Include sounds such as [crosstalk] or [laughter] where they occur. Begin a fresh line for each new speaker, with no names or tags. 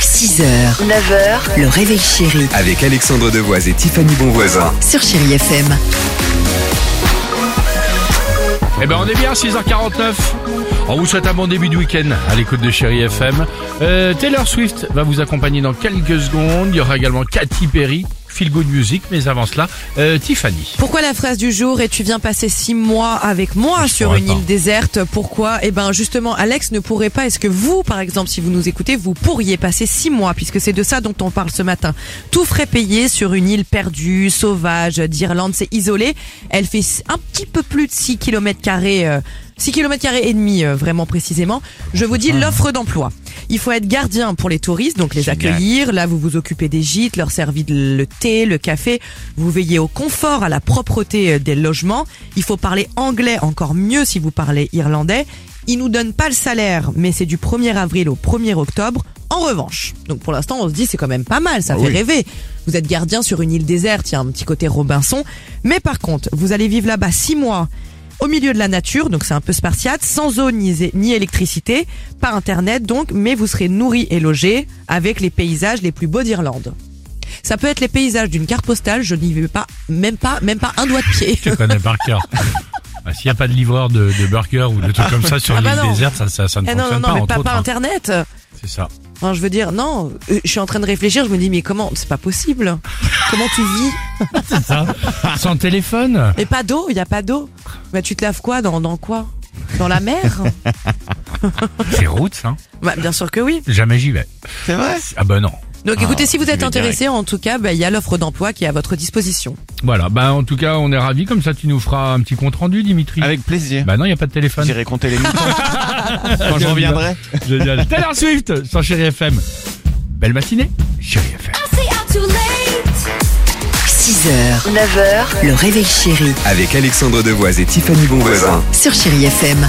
6h, 9h, le réveil chéri
Avec Alexandre Devoise et Tiffany Bonvoisin.
sur Chéri FM.
Eh ben on est bien, 6h49. On vous souhaite un bon début de week-end à l'écoute de Chéri FM. Euh, Taylor Swift va vous accompagner dans quelques secondes. Il y aura également Katy Perry, Feel Good Music, mais avant cela, euh, Tiffany.
Pourquoi la phrase du jour est tu viens passer six mois avec moi sur
pourrais
une
pas.
île déserte Pourquoi Eh ben justement, Alex ne pourrait pas. Est-ce que vous, par exemple, si vous nous écoutez, vous pourriez passer six mois puisque c'est de ça dont on parle ce matin. Tout frais payé sur une île perdue, sauvage d'Irlande, c'est isolé. Elle fait un petit peu plus de 6 km carrés. euh, 6 km et demi euh, vraiment précisément. Je vous
Ah.
dis l'offre d'emploi. Il faut être gardien pour les touristes, donc les accueillir. Là, vous vous occupez des gîtes, leur servir de- le thé, le café. Vous veillez au confort, à la propreté euh, des logements. Il faut parler anglais, encore mieux si vous parlez irlandais. Ils nous donnent pas le salaire, mais c'est du 1er avril au 1er octobre. En revanche, donc pour l'instant, on se dit c'est quand même pas mal, ça fait rêver. Vous êtes gardien sur une île déserte, il y a un petit côté Robinson. Mais par contre, vous allez vivre là-bas six mois au milieu de la nature, donc c'est un peu spartiate, sans eau ni, ni électricité, pas internet donc, mais vous serez nourri et logé avec les paysages les plus beaux d'Irlande. Ça peut être les paysages d'une carte postale, je n'y vais pas, même pas, même pas un doigt de pied.
Je connais par cœur. Bah, S'il n'y a pas de livreur de, de burger ou de trucs comme ça sur
Ah
une
bah
île
non.
déserte, ça, ça, ça
[laughs]
ne
Eh non, non,
fonctionne
non,
pas,
mais
entre
pas,
autres.
pas
hein.
internet.
C'est ça.
Enfin, je veux dire, non, euh, je suis en train de réfléchir, je me dis, mais comment, c'est pas possible. Comment tu vis
Ça. Sans téléphone
Et pas d'eau, il n'y a pas d'eau. Bah, tu te laves quoi dans, dans quoi Dans la mer
C'est route, hein.
bah, Bien sûr que oui.
Jamais j'y vais.
C'est vrai
Ah bah non.
Donc écoutez, si vous êtes
vais
intéressé, en tout cas, bah, il y a l'offre d'emploi qui est à votre disposition.
Voilà, bah en tout cas, on est ravis. Comme ça, tu nous feras un petit compte rendu, Dimitri.
Avec plaisir.
Bah non, il n'y a pas de téléphone.
J'irai compter les moutons quand je reviendrai.
Génial. Taylor Swift sur Chéri FM. Belle matinée, Chéri FM.
6h, 9h, le réveil chéri
Avec Alexandre Devoise et Tiffany Bonvoisin.
sur Chéri FM.